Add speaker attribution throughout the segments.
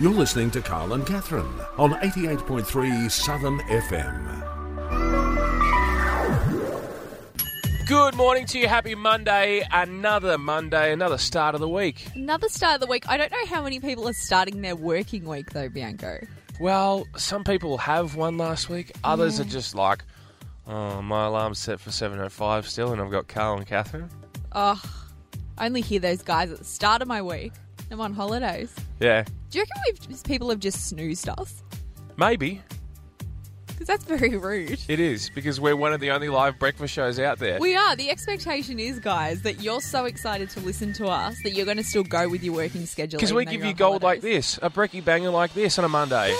Speaker 1: You're listening to Carl and Catherine on 88.3 Southern FM.
Speaker 2: Good morning to you. Happy Monday. Another Monday, another start of the week.
Speaker 3: Another start of the week. I don't know how many people are starting their working week though, Bianco.
Speaker 2: Well, some people have one last week. Others
Speaker 3: Mm.
Speaker 2: are just like, oh, my alarm's set for 7.05 still and I've got Carl and Catherine.
Speaker 3: Oh, I only hear those guys at the start of my week. I'm on holidays.
Speaker 2: Yeah,
Speaker 3: Do you reckon we've people have just snoozed us?
Speaker 2: maybe.
Speaker 3: Because that's very rude.
Speaker 2: It is because we're one of the only live breakfast shows out there.
Speaker 3: We are. The expectation is, guys, that you're so excited to listen to us that you're going to still go with your working schedule.
Speaker 2: Because we
Speaker 3: even though
Speaker 2: give
Speaker 3: you're
Speaker 2: you
Speaker 3: on
Speaker 2: gold like
Speaker 3: holidays.
Speaker 2: this, a brekkie banger like this on a Monday.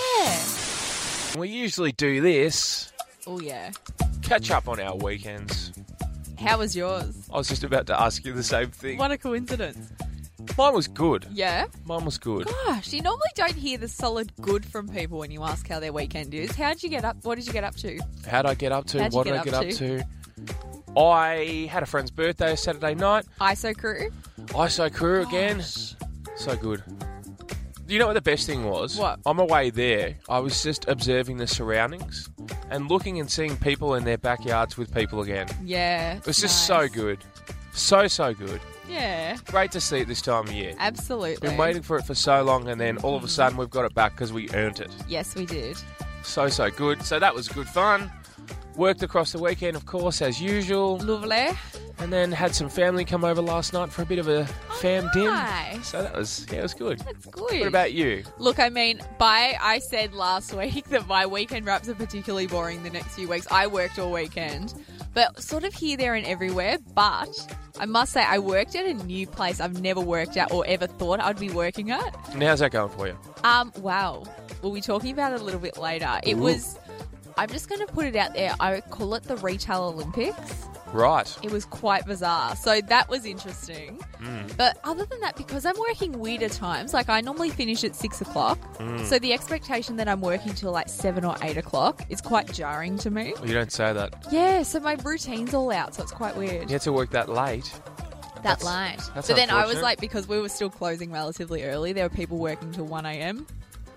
Speaker 2: We usually do this,
Speaker 3: Yeah. Oh, yeah.
Speaker 2: catch up on our weekends.
Speaker 3: How was yours?
Speaker 2: I was just about to ask you the same thing.
Speaker 3: What a coincidence.
Speaker 2: Mine was good.
Speaker 3: Yeah.
Speaker 2: Mine was good.
Speaker 3: Gosh, you normally don't hear the solid good from people when you ask how their weekend is. How'd you get up? What did you get up to?
Speaker 2: How'd I get up to?
Speaker 3: How'd you
Speaker 2: What did
Speaker 3: get
Speaker 2: I get
Speaker 3: up
Speaker 2: up to? I had a friend's birthday Saturday night.
Speaker 3: ISO crew?
Speaker 2: ISO crew again. So good. You know what the best thing was?
Speaker 3: What?
Speaker 2: On my way there, I was just observing the surroundings and looking and seeing people in their backyards with people again.
Speaker 3: Yeah.
Speaker 2: It was just so good. So, so good.
Speaker 3: Yeah,
Speaker 2: Great to see it this time of year.
Speaker 3: absolutely. Mm-hmm.
Speaker 2: Been waiting for it for so long, and then all of a sudden we've got it back because we earned it.
Speaker 3: Yes, we did.
Speaker 2: So, so good. So, that was good fun. Worked across the weekend, of course, as usual.
Speaker 3: Lovely.
Speaker 2: and then had some family come over last night for a bit of a fam dim.
Speaker 3: Oh, nice.
Speaker 2: So that was yeah, it was good.
Speaker 3: That's good.
Speaker 2: What about you?
Speaker 3: Look, I mean, by I said last week that my weekend wraps are particularly boring the next few weeks. I worked all weekend, but sort of here, there, and everywhere. But I must say, I worked at a new place I've never worked at or ever thought I'd be working at.
Speaker 2: And how's that going for you?
Speaker 3: Um, wow. We'll be talking about it a little bit later. It
Speaker 2: Ooh.
Speaker 3: was. I'm just going to put it out there. I call it the Retail Olympics.
Speaker 2: Right.
Speaker 3: It was quite bizarre. So that was interesting.
Speaker 2: Hmm.
Speaker 3: But other than that, because I'm working weirder times, like I normally finish at six o'clock.
Speaker 2: Hmm.
Speaker 3: So the expectation that I'm working till like seven or eight o'clock is quite jarring to me.
Speaker 2: Well, you don't say that.
Speaker 3: Yeah, so my routine's all out, so it's quite weird.
Speaker 2: You had to work that late.
Speaker 3: that
Speaker 2: that's-
Speaker 3: light.
Speaker 2: that's
Speaker 3: but then I was
Speaker 2: unfortunate.
Speaker 3: like, because we were still closing relatively early, there were people working till 1 a.m.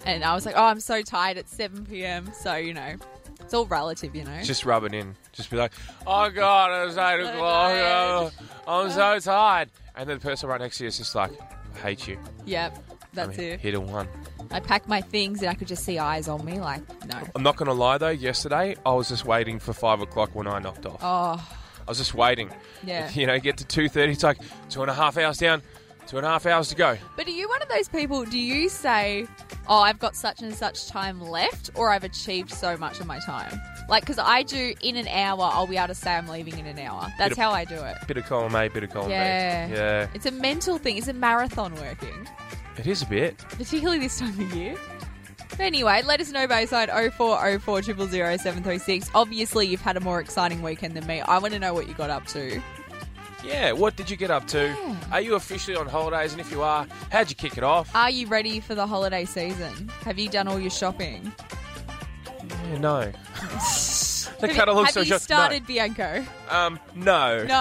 Speaker 3: And I was like, oh, I'm so tired at 7 p.m. So, you know, it's all relative, you know.
Speaker 2: Just rub it in. Just be like, Eh? oh god, it's eight o'clock. Oh, I'm so tired. And then the person right next to you is just like, I hate you.
Speaker 3: yep,
Speaker 2: I'm
Speaker 3: that's
Speaker 2: he-
Speaker 3: it.
Speaker 2: Here to one.
Speaker 3: I packed my things and I could just see eyes on me, like, no.
Speaker 2: I'm not gonna lie though. Yesterday, I was just waiting for five o'clock when I knocked off.
Speaker 3: Oh,
Speaker 2: I was just waiting.
Speaker 3: Yeah.
Speaker 2: You know, get to two thirty. It's like two and a half hours down. Two and a half hours to go.
Speaker 3: But are you one of those people? Do you say, "Oh, I've got such and such time left," or "I've achieved so much of my time"? Like, because I do in an hour, I'll be able to say I'm leaving in an hour. That's
Speaker 2: of-
Speaker 3: how I do it.
Speaker 2: Bit of column A, bit of column
Speaker 3: Yeah.
Speaker 2: B. Yeah.
Speaker 3: It's a mental thing. It's a marathon working,
Speaker 2: It is a bit.
Speaker 3: particularly this time of year. But anyway, let us know Bayside 0404 000 736. Obviously, you've had a more exciting weekend than me. I want to know what you got up to.
Speaker 2: Yeah, what did you get up to? Are you officially on holidays? And if you are, how'd you kick it off?
Speaker 3: Are you ready for the holiday season? Have you done all your shopping?
Speaker 2: Yeah, no. the
Speaker 3: have you,
Speaker 2: catalogue's
Speaker 3: have
Speaker 2: so
Speaker 3: you
Speaker 2: short-
Speaker 3: started Bianco?
Speaker 2: No. Um, no.
Speaker 3: No.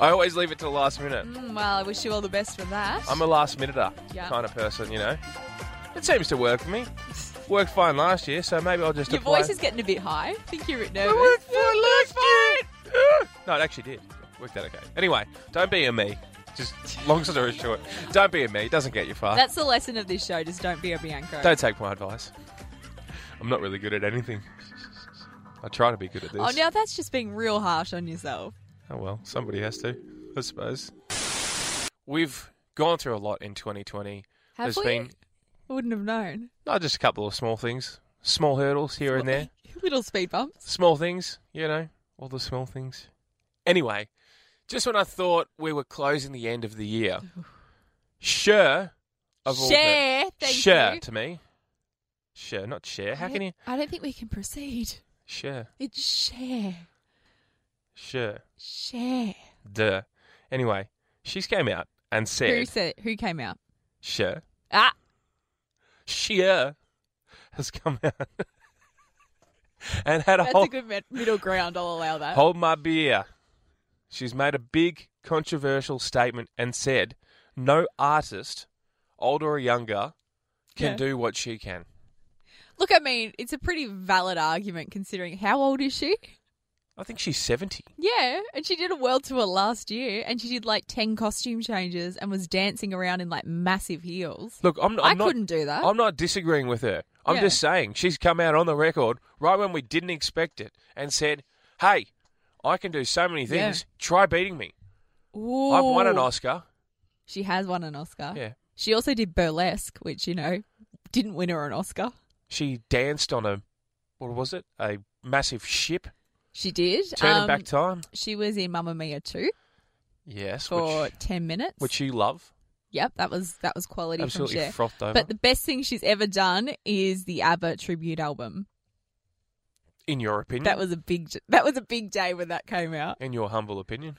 Speaker 2: I always leave it to the last minute.
Speaker 3: Mm, well, I wish you all the best for that.
Speaker 2: I'm a last minuter
Speaker 3: Yeah.
Speaker 2: kind of person, you know. It seems to work for me. Worked fine last year, so maybe I'll just
Speaker 3: Your
Speaker 2: apply.
Speaker 3: voice is getting a bit high. I think you're a bit
Speaker 2: I
Speaker 3: nervous.
Speaker 2: worked fine last year. no, it actually did. Worked out okay. Anyway, don't be a me. Just long story short, don't be a me. It doesn't get you far.
Speaker 3: That's the lesson of this show. Just don't be a Bianco.
Speaker 2: Ah. Don't take my advice. I'm not really good at anything. I try to be good at this.
Speaker 3: Oh, now that's just being real harsh on yourself.
Speaker 2: Oh, well, somebody has to, I suppose. We've gone through a lot in 2020.
Speaker 3: Have
Speaker 2: There's
Speaker 3: we?
Speaker 2: been
Speaker 3: I wouldn't have known.
Speaker 2: not just a couple of small things, small hurdles here and there,
Speaker 3: Little speed bumps.
Speaker 2: small things, you know, all the small things. Anyway, just when I thought we were closing the end of the year, sure of all the,
Speaker 3: Share. Thank
Speaker 2: share
Speaker 3: you.
Speaker 2: to me, share, not share. How can you
Speaker 3: I don't think we can proceed.
Speaker 2: share,
Speaker 3: It's share.
Speaker 2: share?
Speaker 3: Share.
Speaker 2: Duh. Anyway, she's came out and
Speaker 3: Who
Speaker 2: said,
Speaker 3: said? Who came out?
Speaker 2: "Sure,
Speaker 3: Ah.
Speaker 2: sure," uh, has come out and had a
Speaker 3: That's
Speaker 2: whole
Speaker 3: a good mid- middle ground. I'll allow that.
Speaker 2: hold my beer. She's made a big controversial statement and said, "No artist, old or younger, can
Speaker 3: Yeah.
Speaker 2: do what she can.
Speaker 3: Look, I mean, it's a pretty valid argument considering how old is she?
Speaker 2: I think she's 70.
Speaker 3: Yeah, and she did a world tour last year, and she did like ten costume changes and was dancing around in like massive heels.
Speaker 2: Look, I'm, I'm
Speaker 3: I
Speaker 2: not.
Speaker 3: couldn't do that.
Speaker 2: I'm not disagreeing with her. I'm
Speaker 3: Yeah.
Speaker 2: just saying she's come out on the record right when we didn't expect it and said, "Hey, I can do so many
Speaker 3: Yeah.
Speaker 2: things. Try beating me.
Speaker 3: Ooh.
Speaker 2: I've won an Oscar."
Speaker 3: She has won an Oscar.
Speaker 2: Yeah,
Speaker 3: She also did burlesque, which you know didn't win her an Oscar.
Speaker 2: she danced on a what was it? A massive ship.
Speaker 3: She did.
Speaker 2: Turning
Speaker 3: Um,
Speaker 2: back time.
Speaker 3: she was in Mamma Mia too
Speaker 2: Yes,
Speaker 3: for
Speaker 2: which,
Speaker 3: ten minutes.
Speaker 2: which you love.
Speaker 3: yep, that was that was quality
Speaker 2: Absolutely
Speaker 3: from Cher.
Speaker 2: frothed over
Speaker 3: But the best thing she's ever done is the ABBA tribute album.
Speaker 2: in your opinion.
Speaker 3: That was a big that was a big day when that came out.
Speaker 2: in your humble opinion.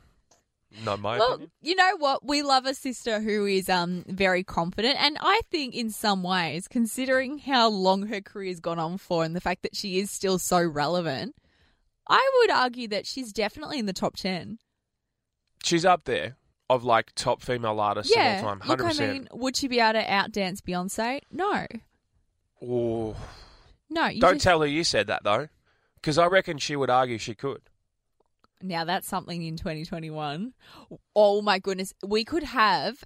Speaker 2: Not my
Speaker 3: Well,
Speaker 2: opinion.
Speaker 3: you know what? We love a sister who is um very confident, and I think in some ways, considering how long her career's gone on for, and the fact that she is still so relevant, I would argue that she's definitely in the top ten.
Speaker 2: She's up there of like top female artists
Speaker 3: yeah,
Speaker 2: of all time.
Speaker 3: look,
Speaker 2: Hundred
Speaker 3: I
Speaker 2: percent.
Speaker 3: mean, would she be able to outdance Beyonce? No,
Speaker 2: Ooh.
Speaker 3: no. You
Speaker 2: Don't
Speaker 3: just-
Speaker 2: tell her you said that though, because I reckon she would argue she could.
Speaker 3: Now that's something in 2021. Oh my goodness, we could have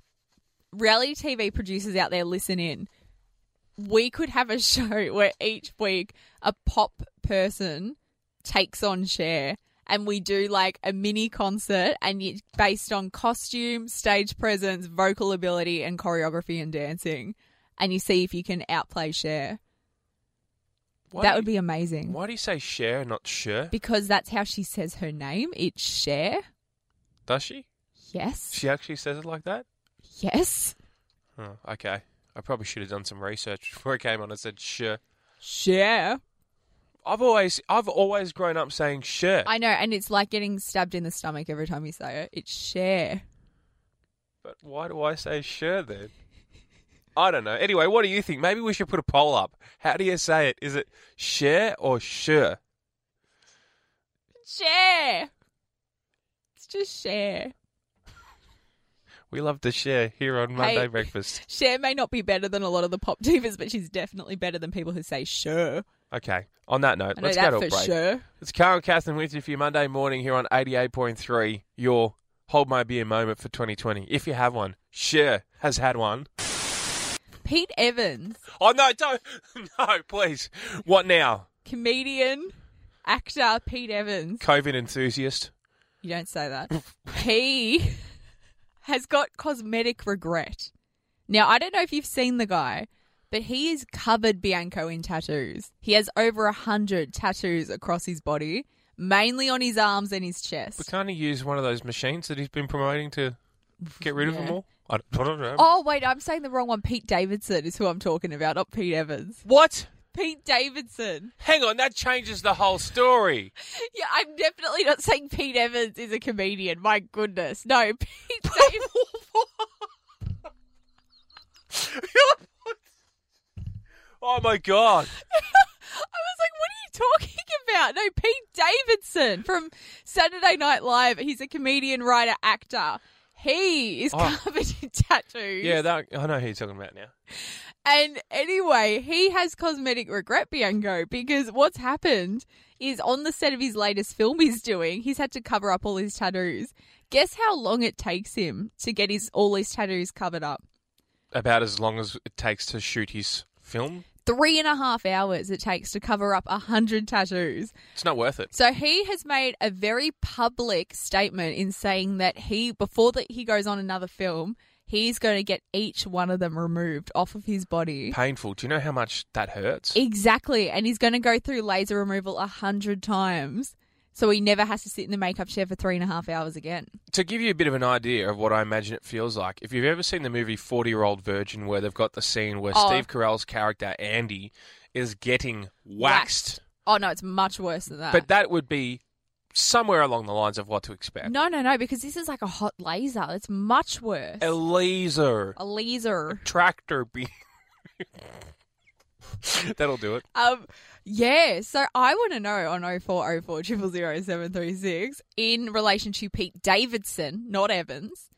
Speaker 3: reality TV producers out there listen in. We could have a show where each week a pop person takes on share and we do like a mini concert and it's based on costume, stage presence, vocal ability and choreography and dancing and you see if you can outplay share.
Speaker 2: Why
Speaker 3: that
Speaker 2: do
Speaker 3: would be
Speaker 2: you-
Speaker 3: amazing.
Speaker 2: Why do you say share, not share?
Speaker 3: Because that's how she says her name. It's share.
Speaker 2: Does she?
Speaker 3: Yes.
Speaker 2: She actually says it like that.
Speaker 3: yes.
Speaker 2: Oh, okay. I probably should have done some research before I came on and said sure.
Speaker 3: Share.
Speaker 2: I've always, I've always grown up saying sure.
Speaker 3: I know, and it's like getting stabbed in the stomach every time you say it. It's share.
Speaker 2: But why do I say sure then? I don't know. Anyway, what do you think? Maybe we should put a poll up. How do you say it? Is it share or sure?
Speaker 3: Share. It's just share.
Speaker 2: We love to share here on Monday Breakfast.
Speaker 3: Share may not be better than a lot of the pop divas, but she's definitely better than people who say sure.
Speaker 2: Okay. On that note,
Speaker 3: I know
Speaker 2: let's
Speaker 3: that
Speaker 2: go to
Speaker 3: for
Speaker 2: a break.
Speaker 3: sure.
Speaker 2: It's Carl and Catherine with you for your Monday morning here on 88.3, your Hold My Beer moment for 2020. If you have one, sure has had one.
Speaker 3: Pete Evans,
Speaker 2: Oh, no, don't. No, please. What now?
Speaker 3: comedian, actor Pete Evans.
Speaker 2: COVID enthusiast?
Speaker 3: You don't say that. he has got cosmetic regret. Now, I don't know if you've seen the guy, but he is covered Bianco in tattoos. He has over a hundred tattoos across his body, mainly on his arms and his
Speaker 2: But
Speaker 3: chest.
Speaker 2: can't he use one of those machines that he's been promoting to get rid of
Speaker 3: Yeah.
Speaker 2: them all? I don't, I don't know.
Speaker 3: Oh, wait, I'm saying the wrong one. Pete Davidson is who I'm talking about, not Pete Evans.
Speaker 2: What?
Speaker 3: Pete Davidson.
Speaker 2: Hang on, that changes the whole story.
Speaker 3: Yeah, I'm definitely not saying Pete Evans is a comedian. My goodness. No, Pete Davidson.
Speaker 2: oh my god.
Speaker 3: I was like, what are you talking about? No, Pete Davidson from Saturday Night Live. He's a comedian, writer, actor. He is
Speaker 2: Oh.
Speaker 3: covered in tattoos.
Speaker 2: Yeah, that, I know who you're talking about now.
Speaker 3: And anyway, he has cosmetic regret, Bianco, because what's happened is on the set of his latest film he's doing, he's had to cover up all his tattoos. Guess how long it takes him to get his all his tattoos covered up?
Speaker 2: About as long as it takes to shoot his film.
Speaker 3: Three and a half hours it takes to cover up a hundred tattoos.
Speaker 2: It's not worth it.
Speaker 3: So he has made a very public statement in saying that he, before that he goes on another film, he's going to get each one of them removed off of his body.
Speaker 2: Painful. Do you know how much that hurts?
Speaker 3: Exactly, and he's going to go through laser removal a hundred times, so he never has to sit in the makeup chair for three and a half hours again.
Speaker 2: to give you a bit of an idea of what I imagine it feels like, if you've ever seen the movie 40 Year Old Virgin, where they've got the scene where
Speaker 3: Oh.
Speaker 2: Steve Carell's character, Andy, is getting waxed,
Speaker 3: Oh no, it's much worse than that.
Speaker 2: but that would be somewhere along the lines of what to expect.
Speaker 3: no, no, no, because this is like a hot laser. It's much worse.
Speaker 2: A laser.
Speaker 3: a laser.
Speaker 2: Tractor beam. That'll do it.
Speaker 3: Um, yeah. So I want to know on 0404 000 736 in relation to Pete Davidson, not Evans,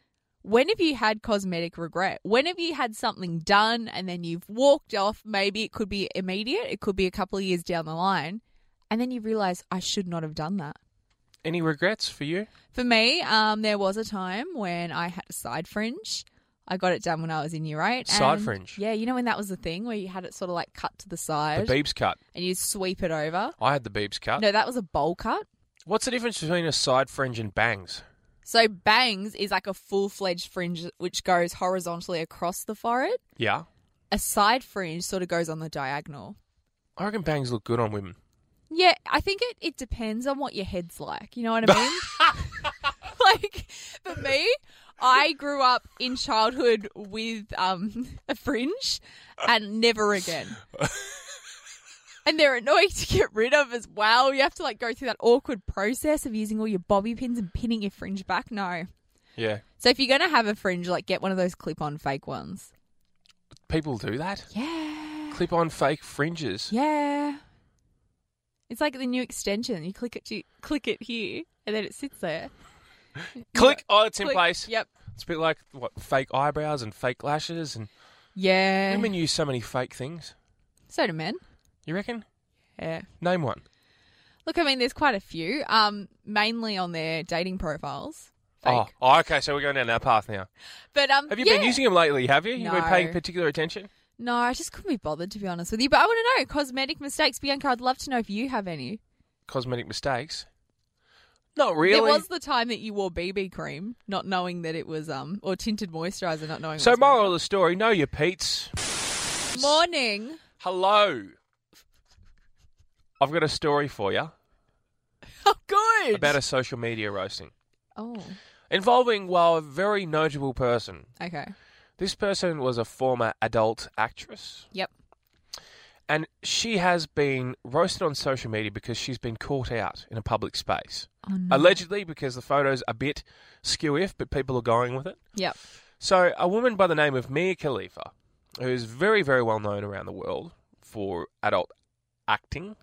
Speaker 3: When have you had cosmetic regret? When have you had something done and then you've walked off? Maybe it could be immediate, it could be a couple of years down the line, and then you realize I should not have done that.
Speaker 2: Any regrets for you?
Speaker 3: For me, um, there was a time when I had a side fringe. I got it done when I was in year eight.
Speaker 2: Side
Speaker 3: and-
Speaker 2: fringe?
Speaker 3: Yeah, you know when that was the thing where you had it sort of like cut to the side
Speaker 2: The Beebs cut.
Speaker 3: and you sweep it over.
Speaker 2: I had the Beebs cut.
Speaker 3: No, that was a bowl cut.
Speaker 2: What's the difference between a side fringe and bangs?
Speaker 3: So bangs is like a full fledged fringe which goes horizontally across the forehead.
Speaker 2: Yeah.
Speaker 3: A side fringe sort of goes on the diagonal.
Speaker 2: I reckon bangs look good on women.
Speaker 3: Yeah, I think it, it depends on what your head's like. You know what I mean? like, for me, I grew up in childhood with um, a fringe and never again. And they're annoying to get rid of as well. You have to like go through that awkward process of using all your bobby pins and pinning your fringe back. No.
Speaker 2: Yeah.
Speaker 3: So if you're going to have a fringe, like get one of those clip-on fake ones.
Speaker 2: People do that.
Speaker 3: Yeah.
Speaker 2: Clip on fake fringes.
Speaker 3: Yeah. It's like the new extension. You click it, you click it here, and then it sits there.
Speaker 2: Click. Oh, it's in
Speaker 3: Click.
Speaker 2: place.
Speaker 3: Yep.
Speaker 2: It's a bit like what fake eyebrows and fake lashes, and
Speaker 3: Yeah.
Speaker 2: women use so many fake things.
Speaker 3: so do men.
Speaker 2: You reckon?
Speaker 3: Yeah.
Speaker 2: Name one.
Speaker 3: Look, I mean, there's quite a few. Um, mainly on their dating profiles. Fake.
Speaker 2: Oh, oh, okay. So we're going down that path now.
Speaker 3: But um,
Speaker 2: Have you
Speaker 3: yeah.
Speaker 2: been using them lately? Have you? You've been paying
Speaker 3: No.
Speaker 2: particular attention.
Speaker 3: No, I just couldn't be bothered to be honest with you. But I want to know cosmetic mistakes, Bianca. I'd love to know if you have any.
Speaker 2: Cosmetic mistakes. Not really.
Speaker 3: There was the time that you wore BB cream, not knowing that it was um or tinted moisturizer, not knowing.
Speaker 2: so
Speaker 3: it was
Speaker 2: moral of the story: know your Pete's.
Speaker 3: Morning.
Speaker 2: Hello. I've got a story for you
Speaker 3: Oh, good.
Speaker 2: about a social media roasting
Speaker 3: oh,
Speaker 2: involving, well, a very notable person.
Speaker 3: okay.
Speaker 2: This person was a former adult actress,
Speaker 3: Yep.
Speaker 2: and she has been roasted on social media because she's been caught out in a public space.
Speaker 3: Oh, no.
Speaker 2: Allegedly, because the photo's a bit skew if, but people are going with it.
Speaker 3: Yep.
Speaker 2: So, a woman by the name of Mia Khalifa, who is very, very well known around the world for adult acting,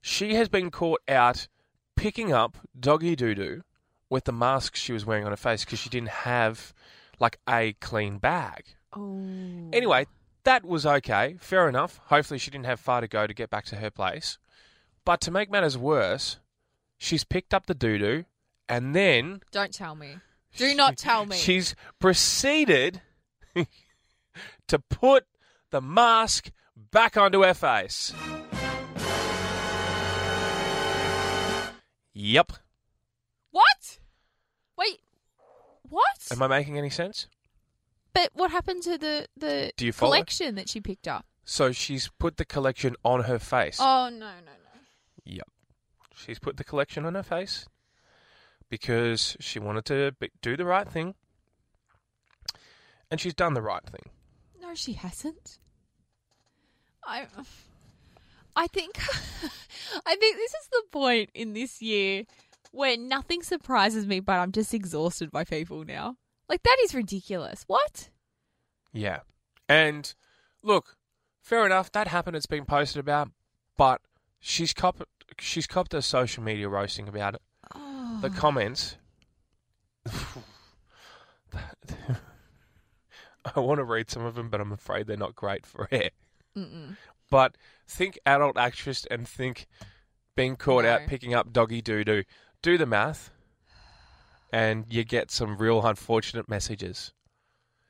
Speaker 2: she has been caught out picking up doggy doo doo with the mask she was wearing on her face because she didn't have like a clean bag.
Speaker 3: Oh.
Speaker 2: Anyway, that was okay. Fair enough. Hopefully, she didn't have far to go to get back to her place. But to make matters worse, she's picked up the doo doo and then
Speaker 3: Don't tell me. Do not tell me.
Speaker 2: She's proceeded to put the mask back onto her face. Yep.
Speaker 3: what? Wait. What?
Speaker 2: Am I making any sense?
Speaker 3: but what happened to the the
Speaker 2: Do you follow?
Speaker 3: collection that she picked up?
Speaker 2: So she's put the collection on her face.
Speaker 3: Oh no no no.
Speaker 2: Yep. She's put the collection on her face because she wanted to be- do the right thing. And she's done the right thing.
Speaker 3: No, she hasn't. I. I think. I think this is the point in this year where nothing surprises me, but I'm just exhausted by people now. Like that is ridiculous. What?
Speaker 2: Yeah. And look, fair enough, that happened, it's been posted about, but she's copped she's copped a social media roasting about it.
Speaker 3: Oh.
Speaker 2: The comments I want to read some of them, but I'm afraid they're not great for air.
Speaker 3: Mm-mm.
Speaker 2: But think adult actress and think being caught out
Speaker 3: No.
Speaker 2: picking up doggy doo doo. Do the math, and you get some real unfortunate messages.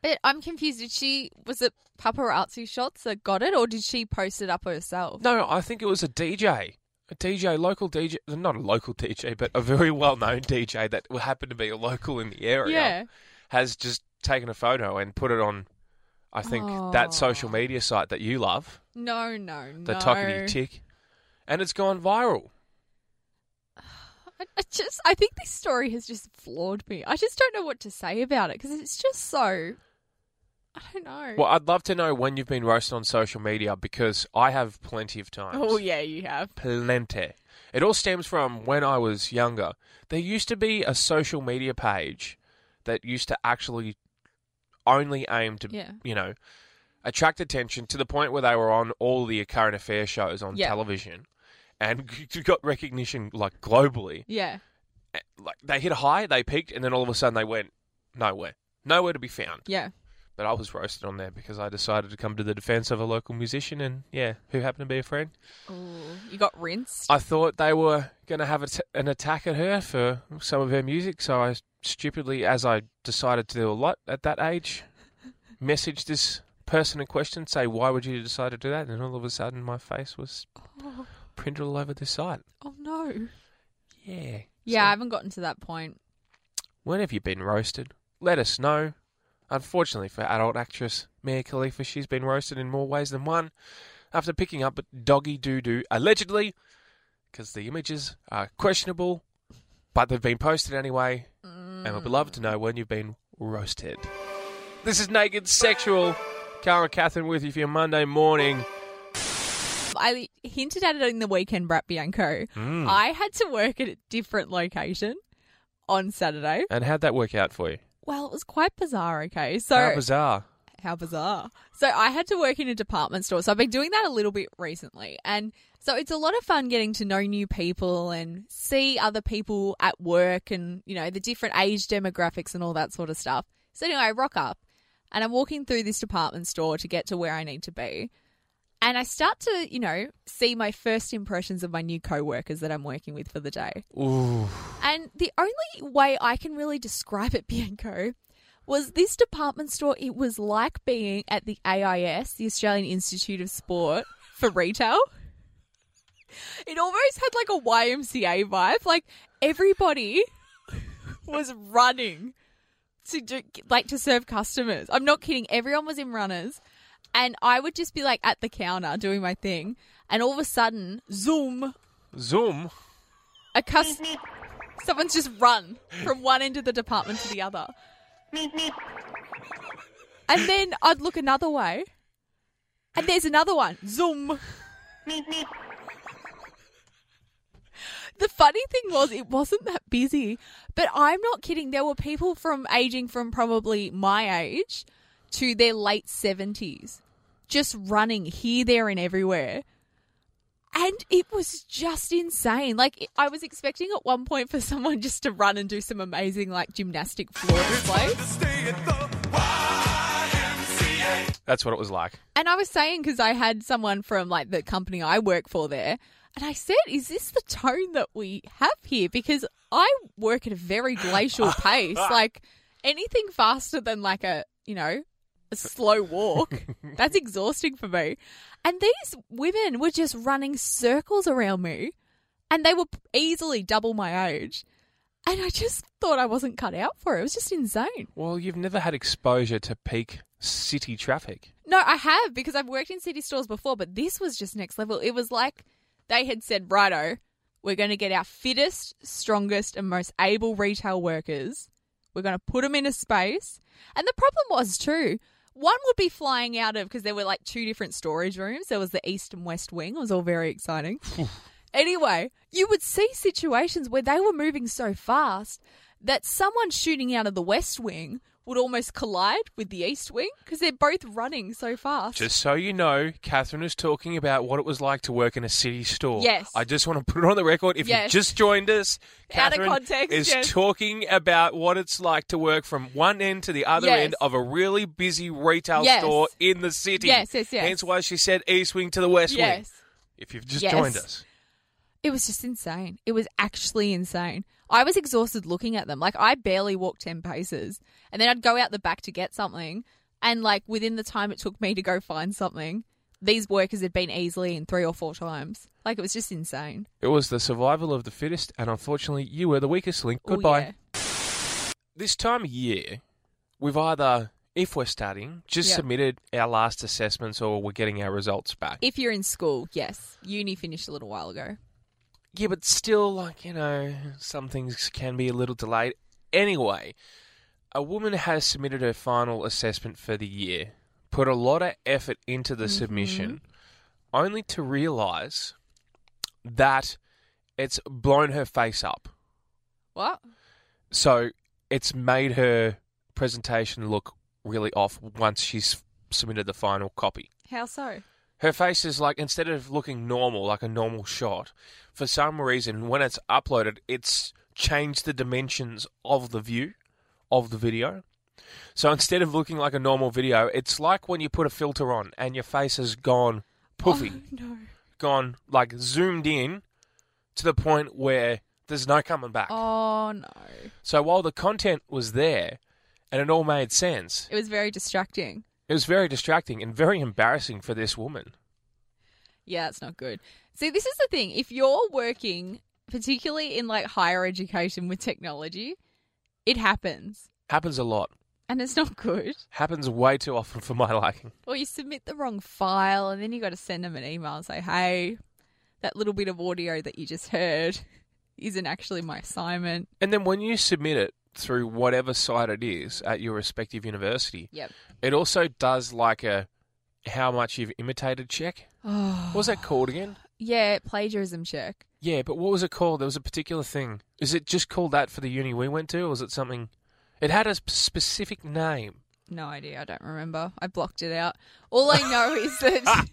Speaker 3: But I'm confused. Did she was it paparazzi shots that got it, or did she post it up herself?
Speaker 2: No, I think it was a DJ. A DJ, local DJ, not a local DJ, but a very well known DJ that happened to be a local in the area,
Speaker 3: yeah.
Speaker 2: has just taken a photo and put it on, I think,
Speaker 3: Oh.
Speaker 2: that social media site that you love,
Speaker 3: No, no, no.
Speaker 2: the Tockety Tick, and it's gone viral.
Speaker 3: I, I just, I think this story has just floored me. I just don't know what to say about it because it's just so. I don't know.
Speaker 2: Well, I'd love to know when you've been roasted on social media because I have plenty of times.
Speaker 3: Oh yeah, you have.
Speaker 2: Plenty. It all stems from when I was younger. There used to be a social media page that used to actually only aim to,
Speaker 3: Yeah.
Speaker 2: you know, attract attention to the point where they were on all the current affair shows on
Speaker 3: Yeah.
Speaker 2: television and got recognition like globally.
Speaker 3: Yeah.
Speaker 2: Like they hit a high, they peaked, and then all of a sudden they went nowhere. Nowhere to be found.
Speaker 3: Yeah.
Speaker 2: But I was roasted on there because I decided to come to the defense of a local musician and, yeah, who happened to be a friend.
Speaker 3: You got rinsed.
Speaker 2: I thought they were going to have a t- an attack at her for some of her music, so I stupidly, as I decided to do a lot at that age, messaged this person in question, say, why would you decide to do that? And all of a sudden, my face was
Speaker 3: Oh,
Speaker 2: printed all over the site.
Speaker 3: oh no.
Speaker 2: Yeah.
Speaker 3: Yeah, I
Speaker 2: So,
Speaker 3: haven't gotten to that point.
Speaker 2: when have you been roasted? Let us know. Unfortunately for adult actress Mia Khalifa, she's been roasted in more ways than one after picking up doggy doo doo, allegedly, because the images are questionable, but they've been posted anyway, and we'd love to know when you've been roasted. This is Naked Sexual. Carl and Catherine with you for your Monday morning.
Speaker 3: I hinted at it in the weekend wrap, Bianco.
Speaker 2: Mm.
Speaker 3: I had to work at a different location on Saturday.
Speaker 2: And how'd that work out for you?
Speaker 3: Well, it was quite bizarre, okay? So
Speaker 2: How bizarre.
Speaker 3: How bizarre. So I had to work in a department store. So I've been doing that a little bit recently. And so it's a lot of fun getting to know new people and see other people at work and, you know, the different age demographics and all that sort of stuff. So anyway, I rock up and I'm walking through this department store to get to where I need to be. And I start to, you know, see my first impressions of my new coworkers that I'm working with for the day.
Speaker 2: Ooh.
Speaker 3: And the only way I can really describe it, Bianco, was this department store. It was like being at the AIS, the Australian Institute of Sport, for retail. It almost had like a YMCA vibe. Like everybody was running to do, like to serve customers. I'm not kidding. Everyone was in runners, and I would just be like at the counter doing my thing, and all of a sudden, zoom,
Speaker 2: Zoom.
Speaker 3: a cus- someone's just run from one end of the department to the other. And then I'd look another way. And there's another one. Zoom. The funny thing was, it wasn't that busy, but I'm not kidding. There were people from aging from probably my age to their late 70s just running here, there, and everywhere. And it was just insane. Like, it- I was expecting at one point for someone just to run and do some amazing, like, gymnastic floor display.
Speaker 2: That's what it was like.
Speaker 3: And I was saying because I had someone from like the company I work for there, and I said, "Is this the tone that we have here?" Because I work at a very glacial pace. Like anything faster than like a you know a slow walk, that's exhausting for me. And these women were just running circles around me, and they were easily double my age. And I just thought I wasn't cut out for it. It was just insane.
Speaker 2: Well, you've never had exposure to peak city traffic.
Speaker 3: No, I have because I've worked in city stores before, but this was just next level. It was like they had said, righto, we're going to get our fittest, strongest, and most able retail workers. We're going to put them in a space. And the problem was, too, one would be flying out of because there were like two different storage rooms. There was the east and west wing. It was all very exciting. anyway, you would see situations where they were moving so fast that someone shooting out of the west wing would almost collide with the east wing because they're both running so fast.
Speaker 2: Just so you know, Catherine is talking about what it was like to work in a city store.
Speaker 3: Yes.
Speaker 2: I just want to put it on the record. If
Speaker 3: Yes.
Speaker 2: you've just joined us,
Speaker 3: Out of
Speaker 2: Catherine
Speaker 3: context,
Speaker 2: is
Speaker 3: yes.
Speaker 2: talking about what it's like to work from one end to the other
Speaker 3: Yes.
Speaker 2: end of a really busy retail
Speaker 3: Yes.
Speaker 2: store in the city.
Speaker 3: Yes, yes, yes.
Speaker 2: Hence why she said east wing to the west wing.
Speaker 3: yes.
Speaker 2: If you've just
Speaker 3: Yes.
Speaker 2: joined us.
Speaker 3: It was just insane. It was actually insane. I was exhausted looking at them. Like I barely walked 10 paces. And then I'd go out the back to get something. And like within the time it took me to go find something, these workers had been easily in three or four times. Like it was just insane.
Speaker 2: It was the survival of the fittest, and unfortunately, you were the weakest link.
Speaker 3: Oh,
Speaker 2: Goodbye.
Speaker 3: yeah.
Speaker 2: this time of year, we've either, if we're studying, just
Speaker 3: Yeah.
Speaker 2: submitted our last assessments or we're getting our results back.
Speaker 3: If you're in school, yes. Uni finished a little while ago.
Speaker 2: yeah, but still, like, you know, some things can be a little delayed. Anyway, a woman has submitted her final assessment for the year, put a lot of effort into the submission, only to realize that it's blown her face up.
Speaker 3: What?
Speaker 2: So it's made her presentation look really off once she's submitted the final copy.
Speaker 3: How so?
Speaker 2: Her face is like instead of looking normal, like a normal shot, for some reason when it's uploaded, it's changed the dimensions of the view of the video. So instead of looking like a normal video, it's like when you put a filter on and your face has gone poofy,
Speaker 3: Oh, no.
Speaker 2: gone like zoomed in to the point where there's no coming back.
Speaker 3: Oh no.
Speaker 2: So while the content was there and it all made sense,
Speaker 3: It was very distracting.
Speaker 2: it was very distracting and very embarrassing for this woman.
Speaker 3: Yeah, it's not good. See, this is the thing. If you're working, particularly in like higher education with technology, it happens.
Speaker 2: Happens a lot.
Speaker 3: And it's not good.
Speaker 2: Happens way too often for my liking.
Speaker 3: Or you submit the wrong file and then you got to send them an email and say, hey, that little bit of audio that you just heard isn't actually my assignment.
Speaker 2: And then when you submit it through whatever site it is at your respective university,
Speaker 3: Yep.
Speaker 2: it also does like a how much you've imitated check.
Speaker 3: Oh.
Speaker 2: What was that called again?
Speaker 3: Yeah, plagiarism check.
Speaker 2: Yeah, but what was it called? There was a particular thing. Is it just called that for the uni we went to, or was it something? It had a sp- specific name.
Speaker 3: No idea. I don't remember. I blocked it out. All I know is that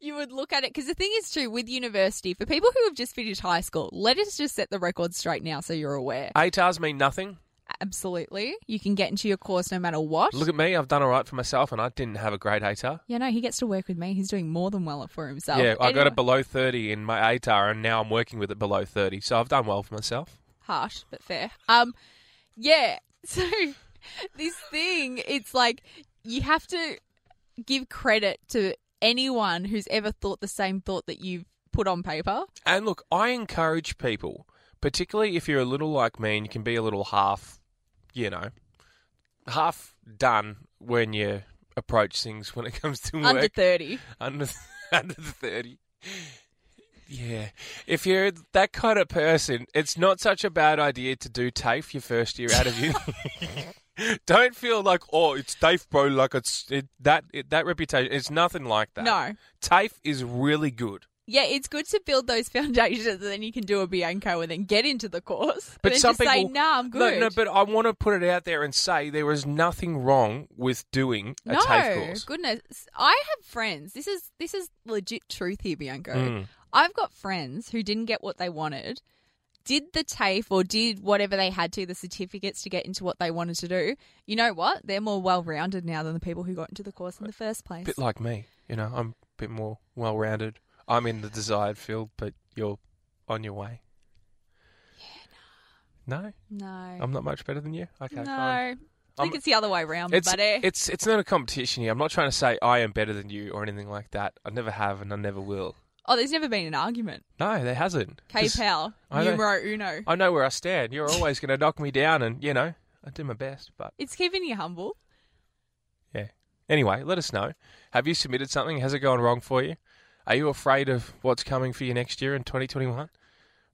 Speaker 3: you would look at it because the thing is true with university for people who have just finished high school. Let us just set the record straight now, so you're aware.
Speaker 2: ATARs mean nothing.
Speaker 3: Absolutely, you can get into your course no matter what.
Speaker 2: Look at me, I've done all right for myself, and I didn't have a great ATAR.
Speaker 3: yeah, no, he gets to work with me. He's doing more than well for himself.
Speaker 2: yeah, I got
Speaker 3: Anyway,
Speaker 2: it below 30 in my ATAR, and now I'm working with it below 30, so I've done well for myself.
Speaker 3: harsh but fair. Um, yeah. So this thing, it's like you have to give credit to anyone who's ever thought the same thought that you've put on paper.
Speaker 2: And look, I encourage people, particularly if you're a little like me and you can be a little half, you know, half done when you approach things when it comes to
Speaker 3: Under
Speaker 2: work.
Speaker 3: thirty.
Speaker 2: under under the thirty. Yeah, if you're that kind of person, it's not such a bad idea to do TAFE your first year out of uni. Don't feel like oh, it's TAFE, bro. Like it's it, that it, that reputation. It's nothing like that.
Speaker 3: No.
Speaker 2: TAFE is really good,
Speaker 3: Yeah, it's good to build those foundations, and then you can do a Bianco and then get into the course.
Speaker 2: but
Speaker 3: and then
Speaker 2: some
Speaker 3: just
Speaker 2: people
Speaker 3: say, "Nah, I'm good."
Speaker 2: No, no, but I want to put it out there and say there is nothing wrong with doing a
Speaker 3: No,
Speaker 2: TAFE course.
Speaker 3: goodness, I have friends. This is this is legit truth here, Bianco.
Speaker 2: Mm.
Speaker 3: I've got friends who didn't get what they wanted, did the TAFE or did whatever they had to, the certificates to get into what they wanted to do. You know what? They're more well-rounded now than the people who got into the course in the first place.
Speaker 2: bit like me, you know. I'm a bit more well-rounded. I'm in the desired field, but you're on your way. No,
Speaker 3: no,
Speaker 2: I'm not much better than you. Okay,
Speaker 3: no.
Speaker 2: fine.
Speaker 3: I
Speaker 2: I'm-
Speaker 3: think it's the other way around,
Speaker 2: It's
Speaker 3: buddy.
Speaker 2: it's it's not a competition here. I'm not trying to say I am better than you or anything like that. I never have, and I never will.
Speaker 3: oh, there's never been an argument.
Speaker 2: No, there hasn't. 'Cause
Speaker 3: K-Pal,
Speaker 2: I know.
Speaker 3: E numero uno.
Speaker 2: I know where I stand. You're always going to knock me down, and you know I do my best. But
Speaker 3: It's keeping you humble.
Speaker 2: yeah. Anyway, let us know. Have you submitted something? Has it gone wrong for you? Are you afraid of what's coming for you next year in 2021?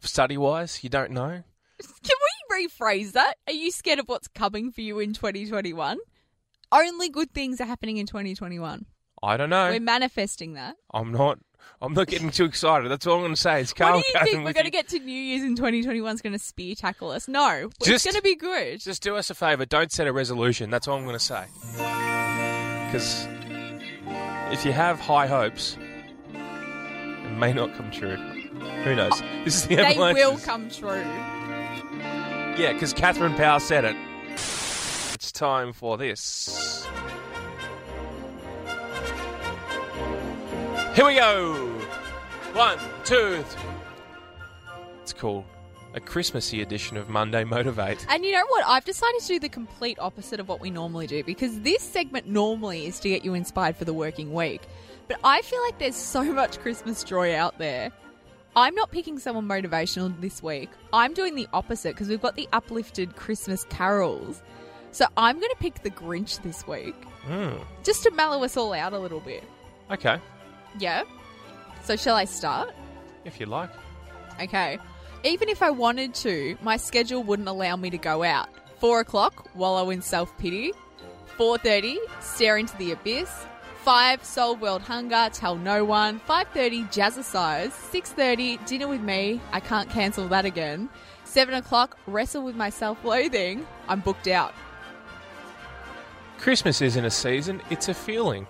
Speaker 2: Study wise, you don't know.
Speaker 3: Can we rephrase that? Are you scared of what's coming for you in 2021? Only good things are happening in 2021.
Speaker 2: I don't know.
Speaker 3: We're manifesting that.
Speaker 2: I'm not. I'm not getting too excited. That's all I'm going to say. Is calm
Speaker 3: what do you
Speaker 2: down
Speaker 3: think we're
Speaker 2: with
Speaker 3: going to
Speaker 2: you.
Speaker 3: get to New Year's in 2021 is going to spear tackle us? No,
Speaker 2: Just-
Speaker 3: it's going to be good.
Speaker 2: Just do us a favour. Don't set a resolution. That's all I'm going to say. Because if you have high hopes, it may not come true. Who knows? This is the
Speaker 3: they
Speaker 2: avalanche.
Speaker 3: will come true.
Speaker 2: Yeah, because Catherine Powell said it. It's time for this. Here we go. One, two. Th- it's called a Christmassy edition of Monday Motivate.
Speaker 3: And you know what? I've decided to do the complete opposite of what we normally do because this segment normally is to get you inspired for the working week. But I feel like there's so much Christmas joy out there. I'm not picking someone motivational this week. I'm doing the opposite because we've got the uplifted Christmas carols. So I'm going to pick the Grinch this week
Speaker 2: Hmm.
Speaker 3: just to mellow us all out a little bit.
Speaker 2: Okay,
Speaker 3: Yeah? So shall I start?
Speaker 2: if you like.
Speaker 3: Okay. Even if I wanted to, my schedule wouldn't allow me to go out. Four o'clock, wallow in self pity. Four thirty, stare into the abyss. Five, solve world hunger, tell no one. Five thirty, jazzercise. Six thirty, dinner with me. I can't cancel that again. Seven o'clock, wrestle with my self-loathing. I'm booked out.
Speaker 2: Christmas isn't a season, it's a feeling.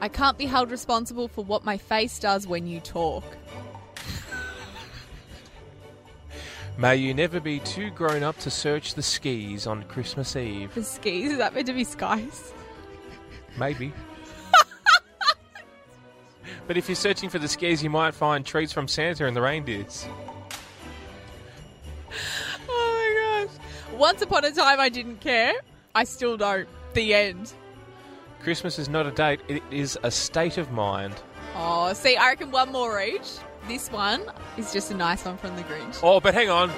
Speaker 3: I can't be held responsible for what my face does when you talk.
Speaker 2: May you never be too grown up to search the skis on Christmas Eve.
Speaker 3: The skis, is that meant to be skies?
Speaker 2: Maybe. but if you're searching for the skis, you might find treats from Santa and the reindeers.
Speaker 3: Oh my gosh. Once upon a time I didn't care. I still don't. The end.
Speaker 2: Christmas is not a date, it is a state of mind.
Speaker 3: Oh, see, I reckon one more each. This one is just a nice one from the Grinch.
Speaker 2: Oh, but hang on.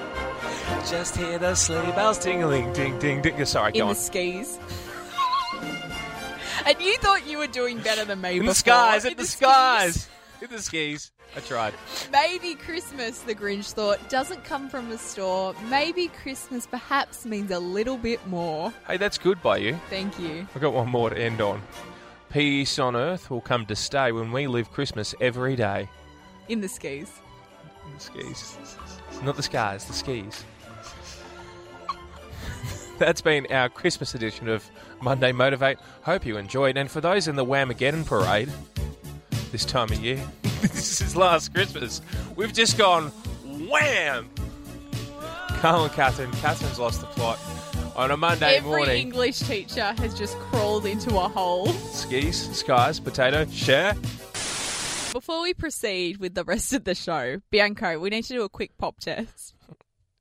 Speaker 2: Just hear the sleigh bells tingling, ding, ding, ding. Sorry,
Speaker 3: In
Speaker 2: go
Speaker 3: the
Speaker 2: on.
Speaker 3: skis. and you thought you were doing better than me
Speaker 2: In
Speaker 3: before.
Speaker 2: the skies, in
Speaker 3: In
Speaker 2: the
Speaker 3: skis.
Speaker 2: skies, in the skis. I tried.
Speaker 3: Maybe Christmas, the Grinch thought, doesn't come from the store. Maybe Christmas perhaps means a little bit more.
Speaker 2: Hey, that's good by you.
Speaker 3: Thank you.
Speaker 2: I've got one more to end on. Peace on earth will come to stay when we live Christmas every day.
Speaker 3: In the skis.
Speaker 2: skis. Not the skies, the skis. That's been our Christmas edition of Monday Motivate. Hope you enjoyed. And for those in the Whamageddon parade this time of year, this is last Christmas. We've just gone wham! Carl and Catherine. Catherine's lost the plot. On a Monday
Speaker 3: Every
Speaker 2: morning,
Speaker 3: English teacher has just crawled into a hole.
Speaker 2: skis, skies, potato, share.
Speaker 3: Before we proceed with the rest of the show, Bianco, we need to do a quick pop test.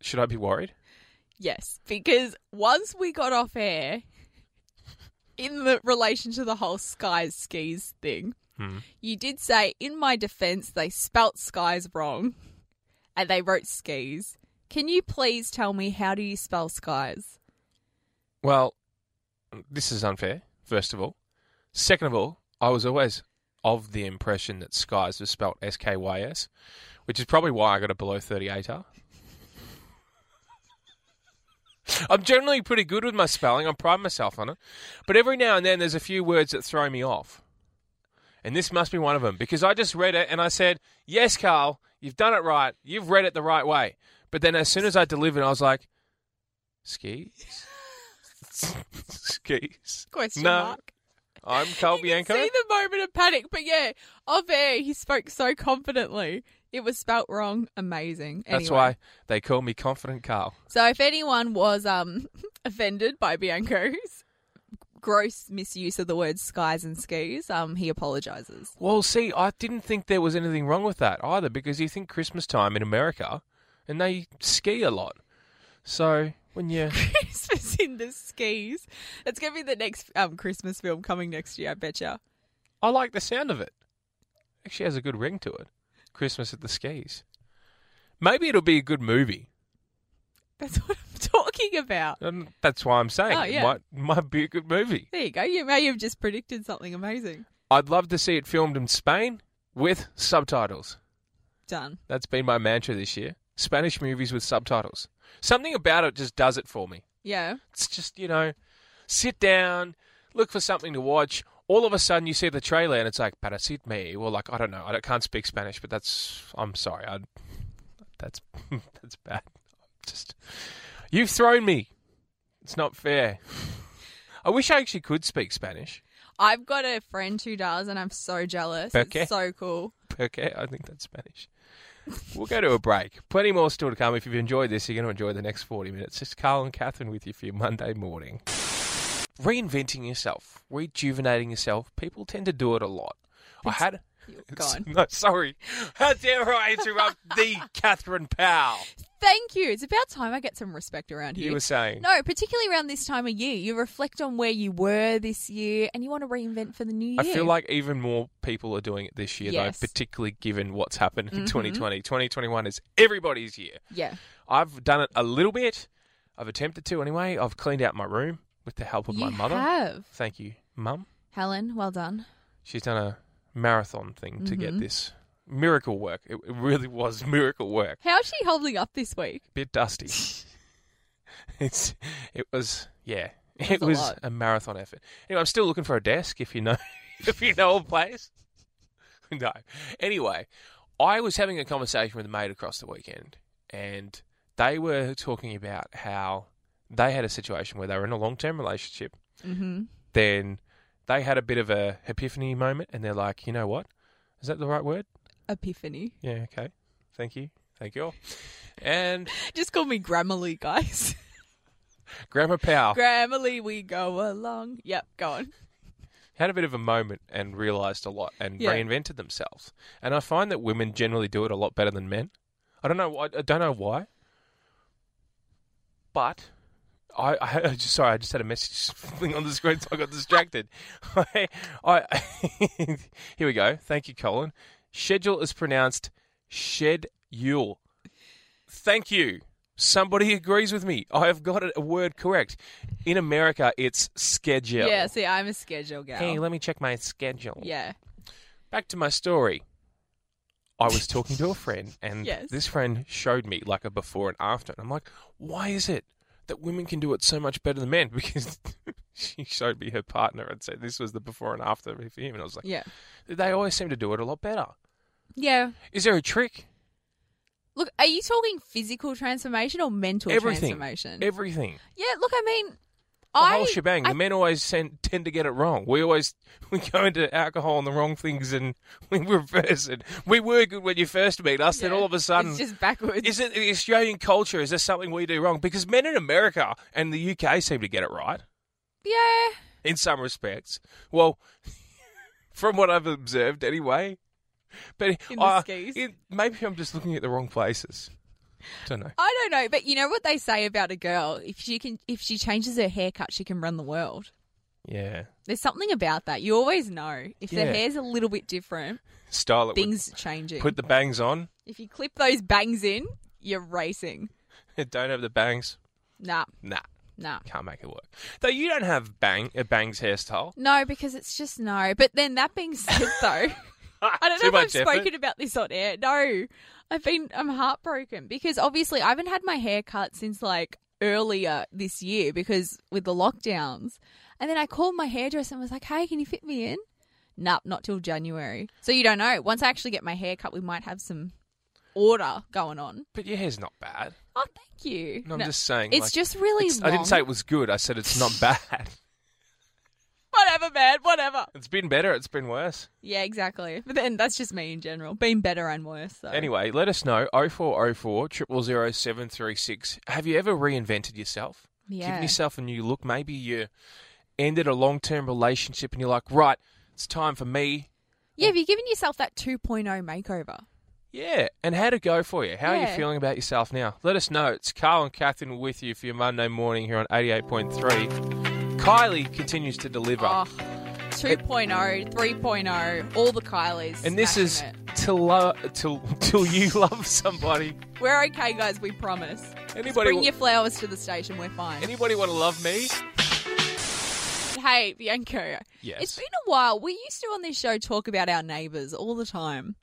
Speaker 2: Should I be worried?
Speaker 3: Yes, because once we got off air, in the relation to the whole skies skis thing,
Speaker 2: Hmm.
Speaker 3: you did say, in my defense, they spelt skies wrong and they wrote skis. Can you please tell me how do you spell skies?
Speaker 2: Well, this is unfair, first of all. Second of all, I was always of the impression that skies was spelt S K Y S, which is probably why I got a below 38R. I'm generally pretty good with my spelling, I pride myself on it. But every now and then there's a few words that throw me off. And this must be one of them because I just read it and I said, Yes, Carl, you've done it right. You've read it the right way. But then as soon as I delivered, I was like, Skis? skis.
Speaker 3: Question
Speaker 2: no,
Speaker 3: mark.
Speaker 2: I'm Carl Bianco.
Speaker 3: See the moment of panic, but yeah, off air he spoke so confidently. It was spelt wrong. Amazing.
Speaker 2: That's
Speaker 3: Anyway.
Speaker 2: why they call me Confident Carl.
Speaker 3: So if anyone was um offended by Bianco's gross misuse of the words skies and skis, um he apologizes.
Speaker 2: Well, see, I didn't think there was anything wrong with that either because you think Christmas time in America and they ski a lot. So when you.
Speaker 3: Christmas in the skis. That's gonna be the next um Christmas film coming next year, I betcha.
Speaker 2: I like the sound of it. Actually has a good ring to it. Christmas at the skis. Maybe it'll be a good movie.
Speaker 3: That's what I'm talking about.
Speaker 2: Um, That's why I'm saying
Speaker 3: Oh,
Speaker 2: it
Speaker 3: yeah.
Speaker 2: might, might be a good movie.
Speaker 3: There you go. You may have just predicted something amazing.
Speaker 2: I'd love to see it filmed in Spain with subtitles.
Speaker 3: Done.
Speaker 2: That's been my mantra this year. Spanish movies with subtitles. Something about it just does it for me.
Speaker 3: Yeah.
Speaker 2: It's just, you know, sit down, look for something to watch. All of a sudden, you see the trailer and it's like, Parasit me. Well, like, I don't know. I don't- can't speak Spanish, but that's, I'm sorry. I, that's, that's bad. Just, you've thrown me. It's not fair. I wish I actually could speak Spanish.
Speaker 3: I've got a friend who does and I'm so jealous.
Speaker 2: Okay.
Speaker 3: It's so cool.
Speaker 2: Okay, I think that's Spanish. We'll go to a break. Plenty more still to come. If you've enjoyed this, you're going to enjoy the next 40 minutes. It's Carl and Catherine with you for your Monday morning. Reinventing yourself, rejuvenating yourself. People tend to do it a lot. I had.
Speaker 3: Gone.
Speaker 2: No, sorry. How dare I interrupt the Catherine Powell?
Speaker 3: Thank you. It's about time I get some respect around here.
Speaker 2: You were saying.
Speaker 3: No, particularly around this time of year, you reflect on where you were this year and you want to reinvent for the new year.
Speaker 2: I feel like even more people are doing it this year,
Speaker 3: Yes. Mm-hmm.
Speaker 2: though, particularly given what's happened in 2020. 2021 is everybody's year.
Speaker 3: Yeah.
Speaker 2: I've done it a little bit. I've attempted to anyway. I've cleaned out my room with the help of my
Speaker 3: you
Speaker 2: mother.
Speaker 3: have.
Speaker 2: Thank you, Mum.
Speaker 3: Helen, well done.
Speaker 2: She's done a marathon thing to
Speaker 3: Mm-hmm.
Speaker 2: get this miracle work. It it really was miracle work.
Speaker 3: How's she holding up this week?
Speaker 2: Bit dusty. it's it was yeah. It
Speaker 3: That's a
Speaker 2: was
Speaker 3: lot.
Speaker 2: a marathon effort. Anyway, I'm still looking for a desk if you know if you know a place. No. Anyway, I was having a conversation with a mate across the weekend and they were talking about how they had a situation where they were in a long term relationship.
Speaker 3: Mhm.
Speaker 2: Then they had a bit of a epiphany moment and they're like, you know what? Is that the right word?
Speaker 3: Epiphany.
Speaker 2: Yeah, okay. Thank you. Thank you all. And
Speaker 3: Just call me Grammarly, guys.
Speaker 2: Grandma Pow
Speaker 3: Grammarly, we go along. Yep, go on.
Speaker 2: had a bit of a moment and realized a lot and
Speaker 3: Yeah.
Speaker 2: reinvented themselves. And I find that women generally do it a lot better than men. I don't know. why- I don't know why. But I, I, I just sorry. I just had a message thing on the screen, so I got distracted. I, I here we go. Thank you, Colin. Schedule is pronounced shed yule. Thank you. Somebody agrees with me. I have got a word correct. In America, it's schedule.
Speaker 3: Yeah, see, I'm a schedule gal.
Speaker 2: Hey, let me check my schedule.
Speaker 3: yeah.
Speaker 2: Back to my story. I was talking to a friend, and
Speaker 3: Yes.
Speaker 2: this friend showed me like a before and after. And I'm like, why is it that women can do it so much better than men? Because she showed me her partner and said this was the before and after for him. And I was like,
Speaker 3: Yeah.
Speaker 2: they always seem to do it a lot better.
Speaker 3: Yeah.
Speaker 2: Is there a trick?
Speaker 3: Look, are you talking physical transformation or mental
Speaker 2: Everything.
Speaker 3: transformation?
Speaker 2: Everything.
Speaker 3: yeah, look, I mean,
Speaker 2: The
Speaker 3: I
Speaker 2: whole shebang.
Speaker 3: I,
Speaker 2: the men always send, tend to get it wrong. We always we go into alcohol and the wrong things and we reverse it. We were good when you first meet us, then
Speaker 3: yeah,
Speaker 2: all of a sudden
Speaker 3: it's just backwards.
Speaker 2: Is it the Australian culture? Is there something we do wrong? Because men in America and the UK seem to get it right
Speaker 3: yeah.
Speaker 2: in some respects. Well, from what I've observed, anyway. But
Speaker 3: In the
Speaker 2: I-
Speaker 3: skis.
Speaker 2: it- maybe I'm just looking at the wrong places. Don't know.
Speaker 3: I don't know, but you know what they say about a girl: if she can, if she changes her haircut, she can run the world.
Speaker 2: Yeah,
Speaker 3: There's something about that. You always know if the
Speaker 2: Yeah.
Speaker 3: hair's a little bit different,
Speaker 2: style it.
Speaker 3: things are changing.
Speaker 2: With, put the bangs on.
Speaker 3: if you clip those bangs in, you're racing.
Speaker 2: Don't have the bangs.
Speaker 3: Nah,
Speaker 2: Nah,
Speaker 3: nah.
Speaker 2: can't make it work. Though you don't have bang a bangs hairstyle.
Speaker 3: No, because it's just no. But then that being said, though, I don't
Speaker 2: Too
Speaker 3: know if I've
Speaker 2: much effort.
Speaker 3: spoken about this on air. No, I've been I'm heartbroken because obviously I haven't had my hair cut since like earlier this year because with the lockdowns. And then I called my hairdresser and was like, "Hey, can you fit me in?" Nope, not till January. So you don't know. Once I actually get my hair cut, we might have some order going on.
Speaker 2: But your hair's not bad.
Speaker 3: Oh, thank you.
Speaker 2: No, I'm just saying,
Speaker 3: It's
Speaker 2: like,
Speaker 3: just really.
Speaker 2: It's- I didn't
Speaker 3: long.
Speaker 2: say it was good. I said it's not bad.
Speaker 3: whatever, man. Whatever.
Speaker 2: it's been better. It's been worse.
Speaker 3: Yeah, exactly. But then that's just me in general, being better and worse. So.
Speaker 2: Anyway, let us know 0404 000 736. Have you ever reinvented yourself?
Speaker 3: Yeah.
Speaker 2: Given yourself a new look? Maybe you ended a long term relationship and you're like, right, it's time for me.
Speaker 3: yeah, have you given yourself that 2.0 makeover?
Speaker 2: Yeah. And how'd it go for you? How are you
Speaker 3: Yeah.
Speaker 2: feeling about yourself now? Let us know. It's Carl and Catherine with you for your Monday morning here on 88.3. Kylie continues to deliver.
Speaker 3: Oh, 2.0, 3.0, oh, all the Kylies.
Speaker 2: and this is
Speaker 3: smashing
Speaker 2: till, lo- till, till you love somebody.
Speaker 3: it. We're okay, guys, we promise. Just
Speaker 2: Anybody
Speaker 3: bring
Speaker 2: wa-
Speaker 3: your flowers to the station, we're fine.
Speaker 2: Anybody want to love me?
Speaker 3: Hey, Bianco.
Speaker 2: Yes.
Speaker 3: It's been a while. We used to on this show talk about our neighbours all the time.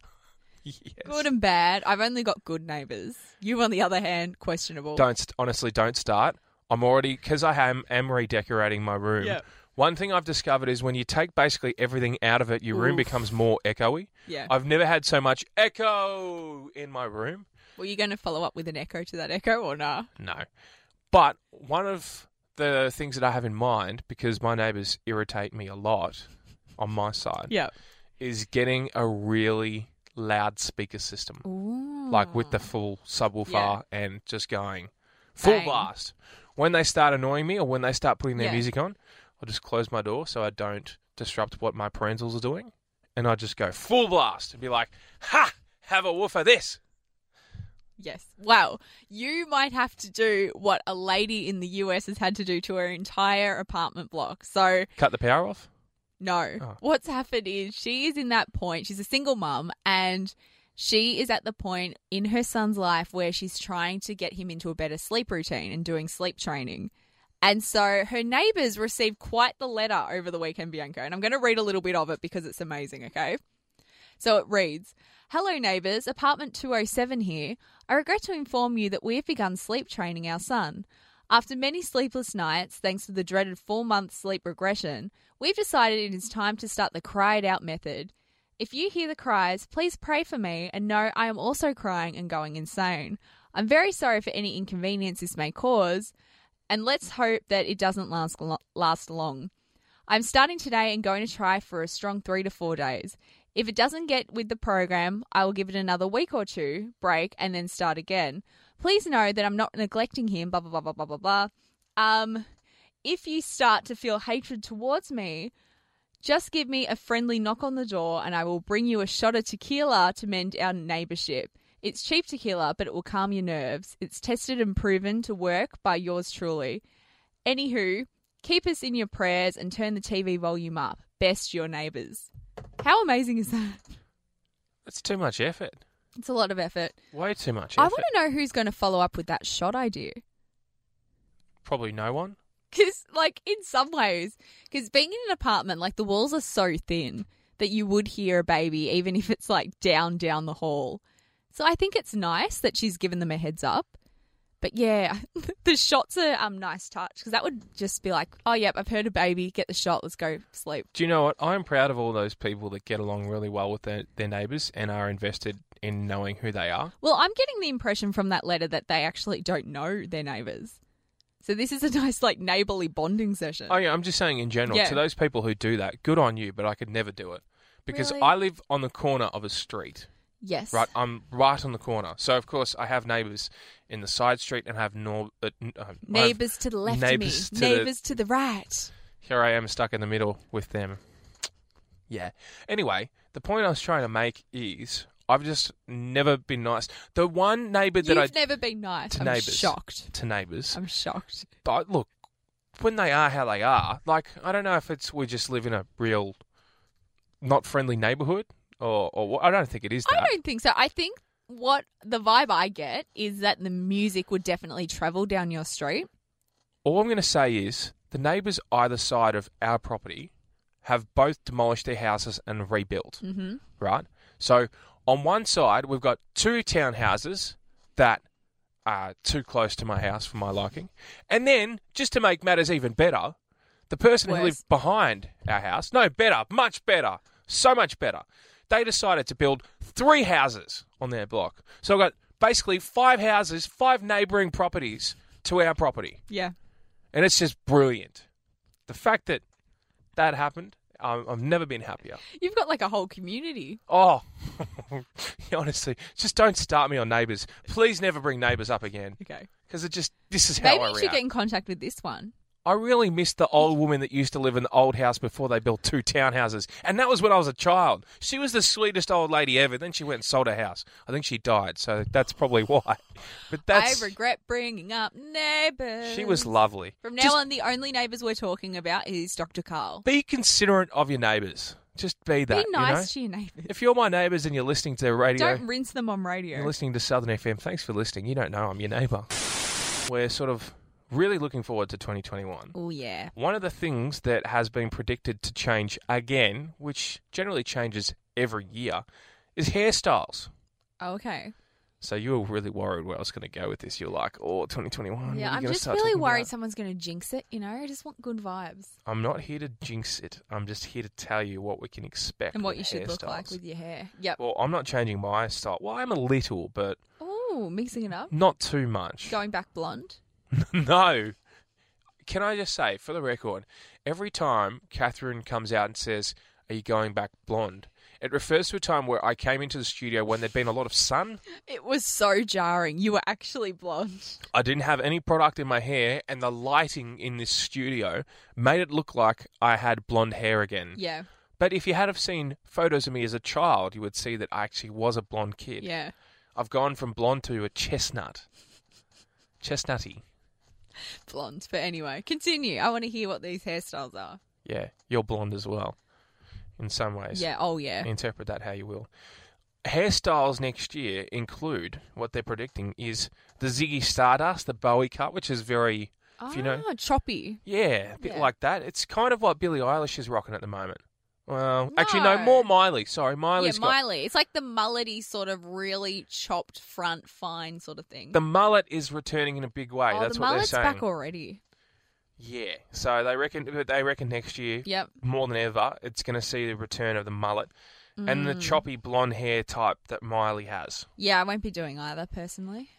Speaker 2: Yes.
Speaker 3: Good and bad. I've only got good neighbours. You, on the other hand, questionable.
Speaker 2: Don't st- honestly, don't start. I'm already because I am am redecorating my room.
Speaker 3: Yep.
Speaker 2: One thing I've discovered is when you take basically everything out of it, your room
Speaker 3: Oof.
Speaker 2: becomes more echoey.
Speaker 3: Yeah.
Speaker 2: I've never had so much echo in my room.
Speaker 3: Were you going to follow up with an echo to that echo or nah?
Speaker 2: No, but one of the things that I have in mind because my neighbours irritate me a lot on my side
Speaker 3: Yeah.
Speaker 2: is getting a really loud speaker system. like with the full subwoofer
Speaker 3: Mm. Yeah.
Speaker 2: and just going full
Speaker 3: Bang.
Speaker 2: blast. When they start annoying me or when they start putting their
Speaker 3: Yeah.
Speaker 2: music on, I'll just close my door so I don't disrupt what my parentals are doing. And I just go full blast and be like, ha, have a woof of this.
Speaker 3: Yes. Wow. You might have to do what a lady in the US has had to do to her entire apartment block. So,
Speaker 2: Cut the power off.
Speaker 3: no.
Speaker 2: Oh.
Speaker 3: What's happened is she is in that point, she's a single mum, and she is at the point in her son's life where she's trying to get him into a better sleep routine and doing sleep training. And so her neighbors received quite the letter over the weekend, Bianca. And I'm going to read a little bit of it because it's amazing, okay? So it reads Hello, neighbours, apartment 207 here. I regret to inform you that we have begun sleep training our son. After many sleepless nights, thanks to the dreaded four month sleep regression, we've decided it is time to start the cry it out method. If you hear the cries, please pray for me and know I am also crying and going insane. I'm very sorry for any inconvenience this may cause, and let's hope that it doesn't last, last long. I'm starting today and going to try for a strong three to four days. If it doesn't get with the program, I will give it another week or two break and then start again. Please know that I'm not neglecting him, blah, blah, blah, blah, blah, blah, blah. Um, if you start to feel hatred towards me, just give me a friendly knock on the door and I will bring you a shot of tequila to mend our neighborship. It's cheap tequila, but it will calm your nerves. It's tested and proven to work by yours truly. Anywho, keep us in your prayers and turn the TV volume up. Best your neighbors. How amazing is that?
Speaker 2: That's too much effort.
Speaker 3: It's a lot of effort.
Speaker 2: Way too much effort.
Speaker 3: I want to know who's going to follow up with that shot idea.
Speaker 2: Probably no one.
Speaker 3: Because, like, in some ways, because being in an apartment, like, the walls are so thin that you would hear a baby, even if it's, like, down, down the hall. So I think it's nice that she's given them a heads up. But yeah, the shot's a um, nice touch because that would just be like, oh, yep, I've heard a baby, get the shot, let's go sleep.
Speaker 2: Do you know what? I'm proud of all those people that get along really well with their, their neighbours and are invested in knowing who they are.
Speaker 3: Well, I'm getting the impression from that letter that they actually don't know their neighbours. So this is a nice, like, neighbourly bonding session.
Speaker 2: Oh, yeah, I'm just saying in general,
Speaker 3: Yeah.
Speaker 2: to those people who do that, good on you, but I could never do it. Because
Speaker 3: Really?
Speaker 2: I live on the corner of a street,
Speaker 3: yes.
Speaker 2: right? I'm right on the corner. So, of course, I have neighbours in the side street and I have nor- uh, n- uh, I have-
Speaker 3: Neighbours to the left
Speaker 2: neighbours
Speaker 3: of me,
Speaker 2: to the-
Speaker 3: neighbours to the right.
Speaker 2: here I am stuck in the middle with them. Yeah. Anyway, the point I was trying to make is I've just never been nice. The one neighbour that I
Speaker 3: You've never been nice.
Speaker 2: to
Speaker 3: I'm
Speaker 2: neighbours.
Speaker 3: shocked.
Speaker 2: to neighbours,
Speaker 3: I'm shocked.
Speaker 2: but look, when they are how they are, like I don't know if it's we just live in a real not friendly neighbourhood or or what- I don't think it is that.
Speaker 3: I don't think so. I think what the vibe I get is that the music would definitely travel down your street.
Speaker 2: All I'm going to say is the neighbours either side of our property have both demolished their houses and rebuilt.
Speaker 3: Mm-hmm.
Speaker 2: right? So on one side, we've got two townhouses that are too close to my house for my liking. And then, just to make matters even better, the person who
Speaker 3: Worse.
Speaker 2: lived behind our house, no, better, much better, so much better, they decided to build three houses on their block. So I've got basically five houses, five neighbouring properties to our property
Speaker 3: Yeah.
Speaker 2: and it's just brilliant. The fact that that happened, um, I've never been happier.
Speaker 3: You've got like a whole community.
Speaker 2: Oh, honestly, just don't start me on neighbours. Please never bring neighbours up again
Speaker 3: Okay.
Speaker 2: because it just this is how
Speaker 3: Maybe
Speaker 2: I
Speaker 3: you should
Speaker 2: react.
Speaker 3: get in contact with this one.
Speaker 2: I really miss the old woman that used to live in the old house before they built two townhouses, and that was when I was a child. She was the sweetest old lady ever. Then she went and sold her house. I think she died, so that's probably why. But that's
Speaker 3: I regret bringing up neighbours.
Speaker 2: she was lovely.
Speaker 3: From now
Speaker 2: Just
Speaker 3: on, the only neighbours we're talking about is Dr. Carl.
Speaker 2: be considerate of your neighbours. Just be that.
Speaker 3: Be
Speaker 2: you know?
Speaker 3: nice to your neighbours.
Speaker 2: If you're my neighbours and you're listening to radio,
Speaker 3: Don't rinse them on
Speaker 2: you're
Speaker 3: radio.
Speaker 2: listening to Southern FM, thanks for listening. You don't know I'm your neighbour. We're sort of really looking forward to 2021.
Speaker 3: Oh, yeah.
Speaker 2: One of the things that has been predicted to change again, which generally changes every year, is hairstyles.
Speaker 3: Oh, okay.
Speaker 2: So you were really worried where I was going to go with this. You're like, oh, 2021. what are you
Speaker 3: yeah, I'm
Speaker 2: gonna
Speaker 3: just
Speaker 2: start
Speaker 3: really
Speaker 2: talking
Speaker 3: worried
Speaker 2: about?
Speaker 3: someone's going to jinx it, you know? I just want good vibes.
Speaker 2: I'm not here to jinx it. I'm just here to tell you what we can expect
Speaker 3: And what
Speaker 2: with
Speaker 3: you should look like
Speaker 2: hairstyles.
Speaker 3: with your hair. Yep.
Speaker 2: Well, I'm not changing my style. Well, I'm a little, but
Speaker 3: Oh, mixing it up.
Speaker 2: not too much.
Speaker 3: Going back blonde.
Speaker 2: no. Can I just say, for the record, every time Catherine comes out and says, Are you going back blonde? It refers to a time where I came into the studio when there'd been a lot of sun.
Speaker 3: It was so jarring. You were actually blonde.
Speaker 2: I didn't have any product in my hair, and the lighting in this studio made it look like I had blonde hair again.
Speaker 3: Yeah.
Speaker 2: But if you had have seen photos of me as a child, you would see that I actually was a blonde kid.
Speaker 3: Yeah.
Speaker 2: I've gone from blonde to a chestnut. Chestnutty.
Speaker 3: Blonde. But anyway, continue. I want to hear what these hairstyles are.
Speaker 2: Yeah, you're blonde as well, in some ways.
Speaker 3: Yeah. Oh, yeah.
Speaker 2: Interpret that how you will. Hairstyles next year include what they're predicting is the Ziggy Stardust, the Bowie cut, which is very,
Speaker 3: Ah,
Speaker 2: if you know,
Speaker 3: choppy.
Speaker 2: yeah, a bit
Speaker 3: Yeah.
Speaker 2: like that. It's kind of what Billie Eilish is rocking at the moment. Well, actually,
Speaker 3: No.
Speaker 2: no, more Miley. Sorry, Miley's
Speaker 3: yeah,
Speaker 2: got
Speaker 3: Miley. It's like the mullety sort of really chopped front, fine sort of thing.
Speaker 2: the mullet is returning in a big way.
Speaker 3: oh,
Speaker 2: That's
Speaker 3: the
Speaker 2: what they're
Speaker 3: mullet's
Speaker 2: saying.
Speaker 3: back already.
Speaker 2: Yeah, so they reckon, but they reckon next year
Speaker 3: Yep.
Speaker 2: more than ever, it's going to see the return of the mullet and
Speaker 3: Mm.
Speaker 2: the choppy blonde hair type that Miley has.
Speaker 3: Yeah, I won't be doing either personally.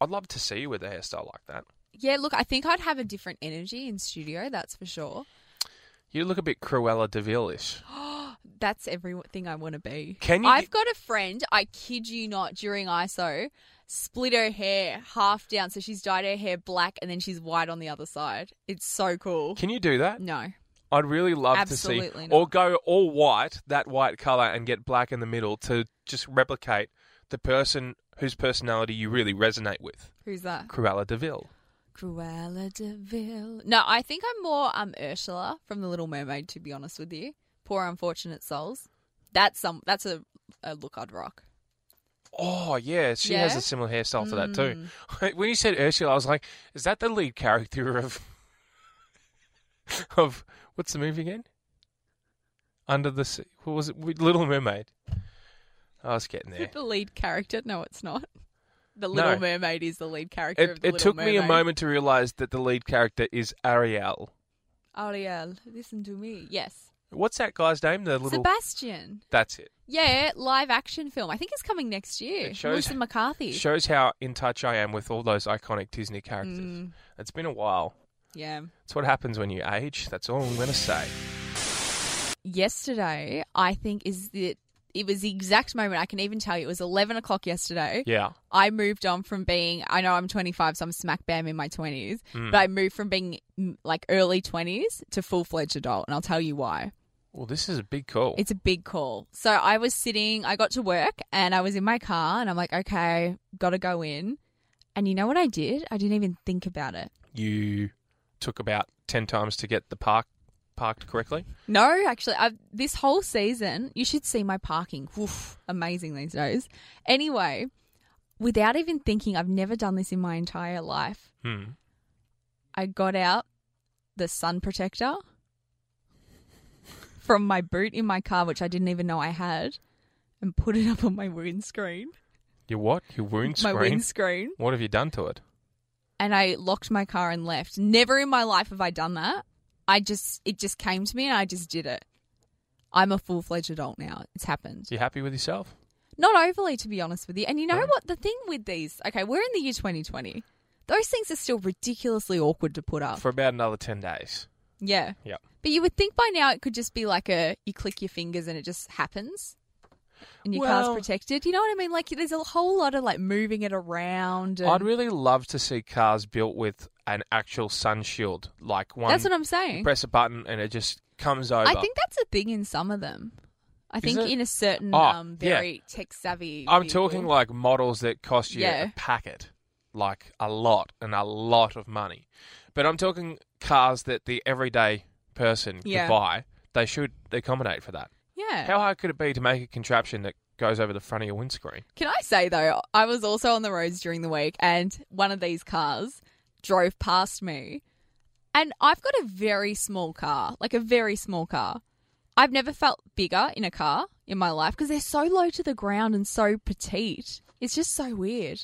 Speaker 2: I'd love to see you with a hairstyle like that.
Speaker 3: Yeah, look, I think I'd have a different energy in studio, that's for sure.
Speaker 2: You look a bit Cruella de Vil-ish.
Speaker 3: That's everything I want to be.
Speaker 2: Can you
Speaker 3: I've
Speaker 2: get-
Speaker 3: got a friend. I kid you not. During ISO, split her hair half down, so she's dyed her hair black and then she's white on the other side. It's so cool.
Speaker 2: Can you do that?
Speaker 3: No,
Speaker 2: I'd really love to see.
Speaker 3: Absolutely
Speaker 2: Or
Speaker 3: not.
Speaker 2: go all white, that white color, and get black in the middle to just replicate the person whose personality you really resonate with.
Speaker 3: who's that?
Speaker 2: Cruella Deville.
Speaker 3: Cruella De Vil. No, I think I'm more um Ursula from The Little Mermaid. To be honest with you, poor unfortunate souls. That's some. That's a, a look I'd rock.
Speaker 2: Oh yeah, she has
Speaker 3: Yeah? Mm.
Speaker 2: a similar hairstyle to that too. When you said Ursula, I was like, is that the lead character of of what's the movie again? Under the sea. What was it? Little Mermaid. I was getting
Speaker 3: Is
Speaker 2: there.
Speaker 3: it the lead character? No, it's not. The Little
Speaker 2: No.
Speaker 3: Mermaid is the lead character.
Speaker 2: It,
Speaker 3: of the
Speaker 2: it
Speaker 3: Little
Speaker 2: took me a
Speaker 3: Mermaid.
Speaker 2: moment to realize that the lead character is Ariel.
Speaker 3: Ariel, listen to me. Yes,
Speaker 2: What's that guy's name? The little.
Speaker 3: Sebastian.
Speaker 2: That's it.
Speaker 3: Yeah, live action film. I think it's coming next year.
Speaker 2: It shows-
Speaker 3: Melissa McCarthy.
Speaker 2: Shows how in touch I am with all those iconic Disney characters.
Speaker 3: Mm,
Speaker 2: It's been a while.
Speaker 3: yeah.
Speaker 2: It's what happens when you age. That's all I'm going to say.
Speaker 3: Yesterday, I think is the it was the exact moment. I can even tell you it was eleven o'clock yesterday.
Speaker 2: Yeah.
Speaker 3: I moved on from being, I know I'm 25, so I'm smack bam in my 20s, but I moved from being mm, like early 20s to full fledged adult. And I'll tell you why.
Speaker 2: Well, this is a big call.
Speaker 3: It's a big call. So I was sitting, I got to work and I was in my car and I'm like, okay, gotta go in. And you know what I did? I didn't even think about it.
Speaker 2: you took about 10 times to get the park parked correctly.
Speaker 3: No, actually, I've, this whole season, you should see my parking. Oof, amazing these days. Anyway, without even thinking, I've never done this in my entire life.
Speaker 2: Hmm.
Speaker 3: I got out the sun protector from my boot in my car, which I didn't even know I had, and put it up on my windscreen.
Speaker 2: Your what? Your wound
Speaker 3: My
Speaker 2: screen?
Speaker 3: windscreen.
Speaker 2: What have you done to it?
Speaker 3: And I locked my car and left. Never in my life have I done that. I just, it just came to me and I just did it. I'm a full fledged adult now. It's happened.
Speaker 2: You happy with yourself?
Speaker 3: Not overly, to be honest with you. And you know
Speaker 2: Right.
Speaker 3: what? The thing with these, okay, we're in the year 2020. Those things are still ridiculously awkward to put up.
Speaker 2: For about another 10 days.
Speaker 3: yeah.
Speaker 2: Yeah.
Speaker 3: But you would think by now it could just be like a you click your fingers and it just happens. And your
Speaker 2: Well-
Speaker 3: car's protected. You know what I mean? Like there's a whole lot of like moving it around. And
Speaker 2: I'd really love to see cars built with an actual sun shield, like one.
Speaker 3: that's what I'm
Speaker 2: you
Speaker 3: saying.
Speaker 2: press a button and it just comes over.
Speaker 3: I think that's a thing in some of them. I think
Speaker 2: it?
Speaker 3: in a certain
Speaker 2: Oh,
Speaker 3: um,
Speaker 2: yeah.
Speaker 3: very tech savvy.
Speaker 2: I'm talking like models that cost you
Speaker 3: Yeah.
Speaker 2: a packet, like a lot and a lot of money. But I'm talking cars that the everyday person
Speaker 3: Yeah.
Speaker 2: could buy. They should accommodate for that.
Speaker 3: yeah.
Speaker 2: How hard could it be to make a contraption that goes over the front of your windscreen?
Speaker 3: Can I say though, I was also on the roads during the week and one of these cars drove past me. And I've got a very small car, like a very small car. I've never felt bigger in a car in my life because they're so low to the ground and so petite. It's just so weird.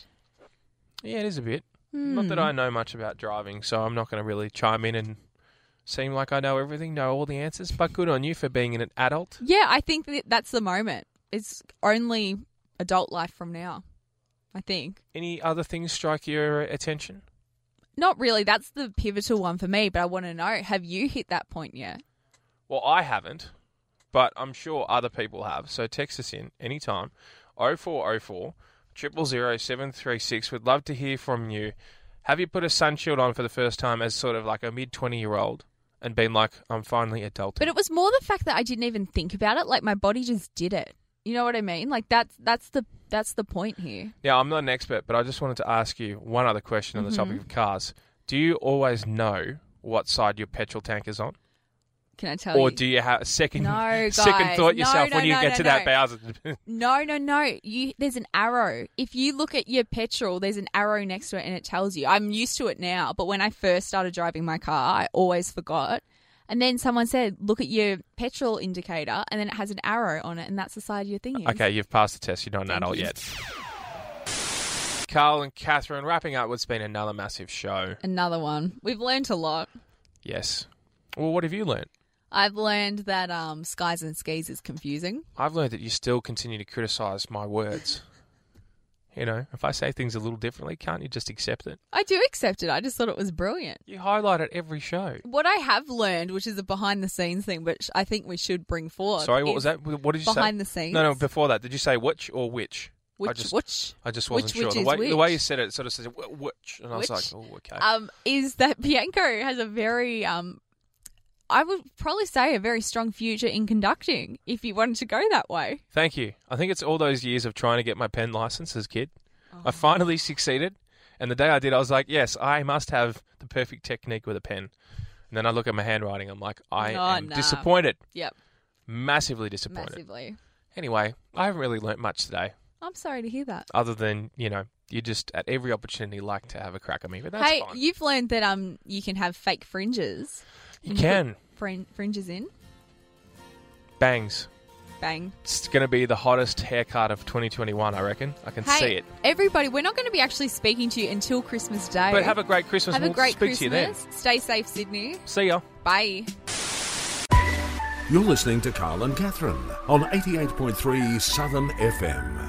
Speaker 2: Yeah, it is a bit. Not
Speaker 3: Hmm.
Speaker 2: that I know much about driving, so I'm not going to really chime in and seem like I know everything, know all the answers. But good on you for being an adult.
Speaker 3: Yeah, I think that that's the moment. It's only adult life from now, I think.
Speaker 2: Any other things strike your attention?
Speaker 3: Not really. That's the pivotal one for me, but I want to know have you hit that point yet?
Speaker 2: Well, I haven't, but I'm sure other people have. So text us in anytime 0404 000 736. We'd love to hear from you. Have you put a sunshield on for the first time as sort of like a mid 20 year old and been like, I'm finally adult?
Speaker 3: But it was more the fact that I didn't even think about it. Like my body just did it. You know what I mean? Like that's that's the that's the point here.
Speaker 2: Now, I'm not an expert, but I just wanted to ask you one other question on the
Speaker 3: Mm-hmm.
Speaker 2: topic of cars. Do you always know what side your petrol tank is on?
Speaker 3: Can I tell
Speaker 2: Or
Speaker 3: you?
Speaker 2: do you have a second,
Speaker 3: No,
Speaker 2: second
Speaker 3: guys.
Speaker 2: thought
Speaker 3: No,
Speaker 2: yourself
Speaker 3: no,
Speaker 2: when you
Speaker 3: no,
Speaker 2: get
Speaker 3: no,
Speaker 2: to
Speaker 3: no.
Speaker 2: that thousand?
Speaker 3: no, no, no. You there's an arrow. If you look at your petrol, there's an arrow next to it and it tells you. I'm used to it now, but when I first started driving my car, I always forgot. And then someone said, "Look at your petrol indicator," and then it has an arrow on it, and that's the side you're thinking.
Speaker 2: Okay, you've passed the test. You're not an
Speaker 3: Thank
Speaker 2: adult
Speaker 3: you.
Speaker 2: yet. Carl and Catherine, wrapping up what's been another massive show.
Speaker 3: Another one. We've learned a lot.
Speaker 2: Yes. Well, what have you learnt?
Speaker 3: I've learned that um, skies and skis is confusing.
Speaker 2: I've learned that you still continue to criticise my words. You know, if I say things a little differently, can't you just accept it?
Speaker 3: I do accept it. I just thought it was brilliant.
Speaker 2: You highlight it every show.
Speaker 3: What I have learned, which is a behind the scenes thing, which I think we should bring forward.
Speaker 2: Sorry, what
Speaker 3: is
Speaker 2: was that? What did you say?
Speaker 3: Behind the scenes.
Speaker 2: No, no. Before that, did you say which or which?
Speaker 3: Which,
Speaker 2: I just,
Speaker 3: which,
Speaker 2: I just wasn't
Speaker 3: which
Speaker 2: sure.
Speaker 3: witch
Speaker 2: the,
Speaker 3: is
Speaker 2: way, the way
Speaker 3: which?
Speaker 2: you said it, sort of says "Wh- which, and I was like,
Speaker 3: Which?
Speaker 2: oh, okay.
Speaker 3: um, is that Bianco has a very, um, I would probably say a very strong future in conducting if you wanted to go that way.
Speaker 2: Thank you. I think it's all those years of trying to get my pen license as a kid.
Speaker 3: Oh.
Speaker 2: I finally succeeded, and the day I did, I was like, yes, I must have the perfect technique with a pen. And then I look at my handwriting, I'm like, I
Speaker 3: Oh,
Speaker 2: am
Speaker 3: nah.
Speaker 2: disappointed,
Speaker 3: Yep,
Speaker 2: massively disappointed.
Speaker 3: massively.
Speaker 2: Anyway, I haven't really learnt much today,
Speaker 3: I'm sorry to hear that.
Speaker 2: other than you know, you just at every opportunity like to have a crack at me, but that's
Speaker 3: hey,
Speaker 2: fine.
Speaker 3: you've learned that um, you can have fake fringes,
Speaker 2: you can
Speaker 3: frin- fringes in,
Speaker 2: bangs.
Speaker 3: bang.
Speaker 2: It's going to be the hottest haircut of 2021, I reckon. I can
Speaker 3: Hey,
Speaker 2: see it.
Speaker 3: everybody, we're not going to be actually speaking to you until Christmas Day.
Speaker 2: But have a great Christmas.
Speaker 3: Have
Speaker 2: we'll
Speaker 3: a great
Speaker 2: speak
Speaker 3: Christmas.
Speaker 2: to you then.
Speaker 3: Stay safe, Sydney.
Speaker 2: See ya.
Speaker 3: Bye.
Speaker 1: You're listening to Carl and Catherine on 88.3 Southern FM.